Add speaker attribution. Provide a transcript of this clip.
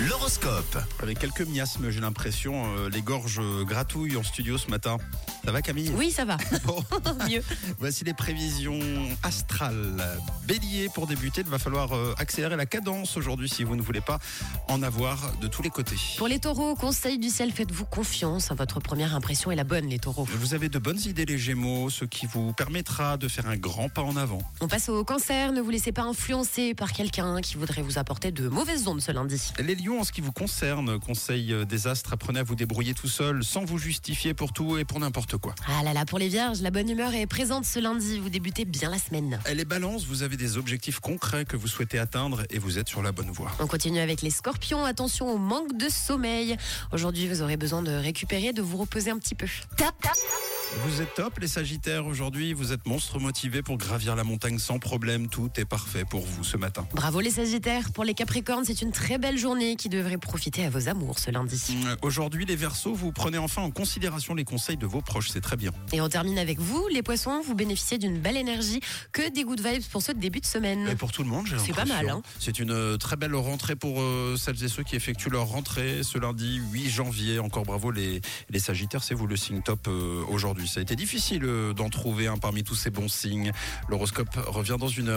Speaker 1: L'horoscope. Avec quelques miasmes, j'ai l'impression, euh, les gorges euh, gratouillent en studio ce matin. Ça va Camille
Speaker 2: Oui, ça va,
Speaker 1: Bon,
Speaker 2: mieux.
Speaker 1: voici les prévisions astrales. Bélier, pour débuter, il va falloir euh, accélérer la cadence aujourd'hui si vous ne voulez pas en avoir de tous les côtés.
Speaker 2: Pour les taureaux, conseil du ciel, faites-vous confiance. hein, Votre première impression est la bonne, les taureaux.
Speaker 1: Vous avez de bonnes idées les Gémeaux, ce qui vous permettra de faire un grand pas en avant.
Speaker 2: On passe au cancer. Ne vous laissez pas influencer par quelqu'un qui voudrait vous apporter de mauvaises ondes ce lundi.
Speaker 1: Les lions, en ce qui vous concerne, conseil euh, des astres, apprenez à vous débrouiller tout seul, sans vous justifier pour tout et pour n'importe quoi.
Speaker 2: Ah là là, pour les vierges, la bonne humeur est présente ce lundi. Vous débutez bien la semaine.
Speaker 1: Les balances, vous avez des objectifs concrets que vous souhaitez atteindre et vous êtes sur la bonne voie.
Speaker 2: On continue avec les scorpions. Attention au manque de sommeil. Aujourd'hui, vous aurez besoin de récupérer, de vous reposer un petit peu. Tap, tap.
Speaker 1: Vous êtes top les Sagittaires aujourd'hui, vous êtes monstre motivé pour gravir la montagne sans problème, tout est parfait pour vous ce matin.
Speaker 2: Bravo les sagittaires. Pour les capricornes, c'est une très belle journée qui devrait profiter à vos amours ce lundi.
Speaker 1: Euh, Aujourd'hui les Verseaux, vous prenez enfin en considération les conseils de vos proches, c'est très bien.
Speaker 2: Et on termine avec vous, les poissons, vous bénéficiez d'une belle énergie, que des good vibes pour ce début de
Speaker 1: Et
Speaker 2: semaine.
Speaker 1: pour tout le monde, j'ai
Speaker 2: Mm. C'est pas
Speaker 1: l'impression.
Speaker 2: mal, hein.
Speaker 1: C'est une euh, très belle rentrée pour euh, celles et ceux qui effectuent leur rentrée ce lundi 8 janvier. Encore bravo les, les Sagittaires, c'est vous le signe top euh, aujourd'hui. Ça a été difficile euh, d'en trouver un parmi tous ces bons signes. L'horoscope revient dans une heure.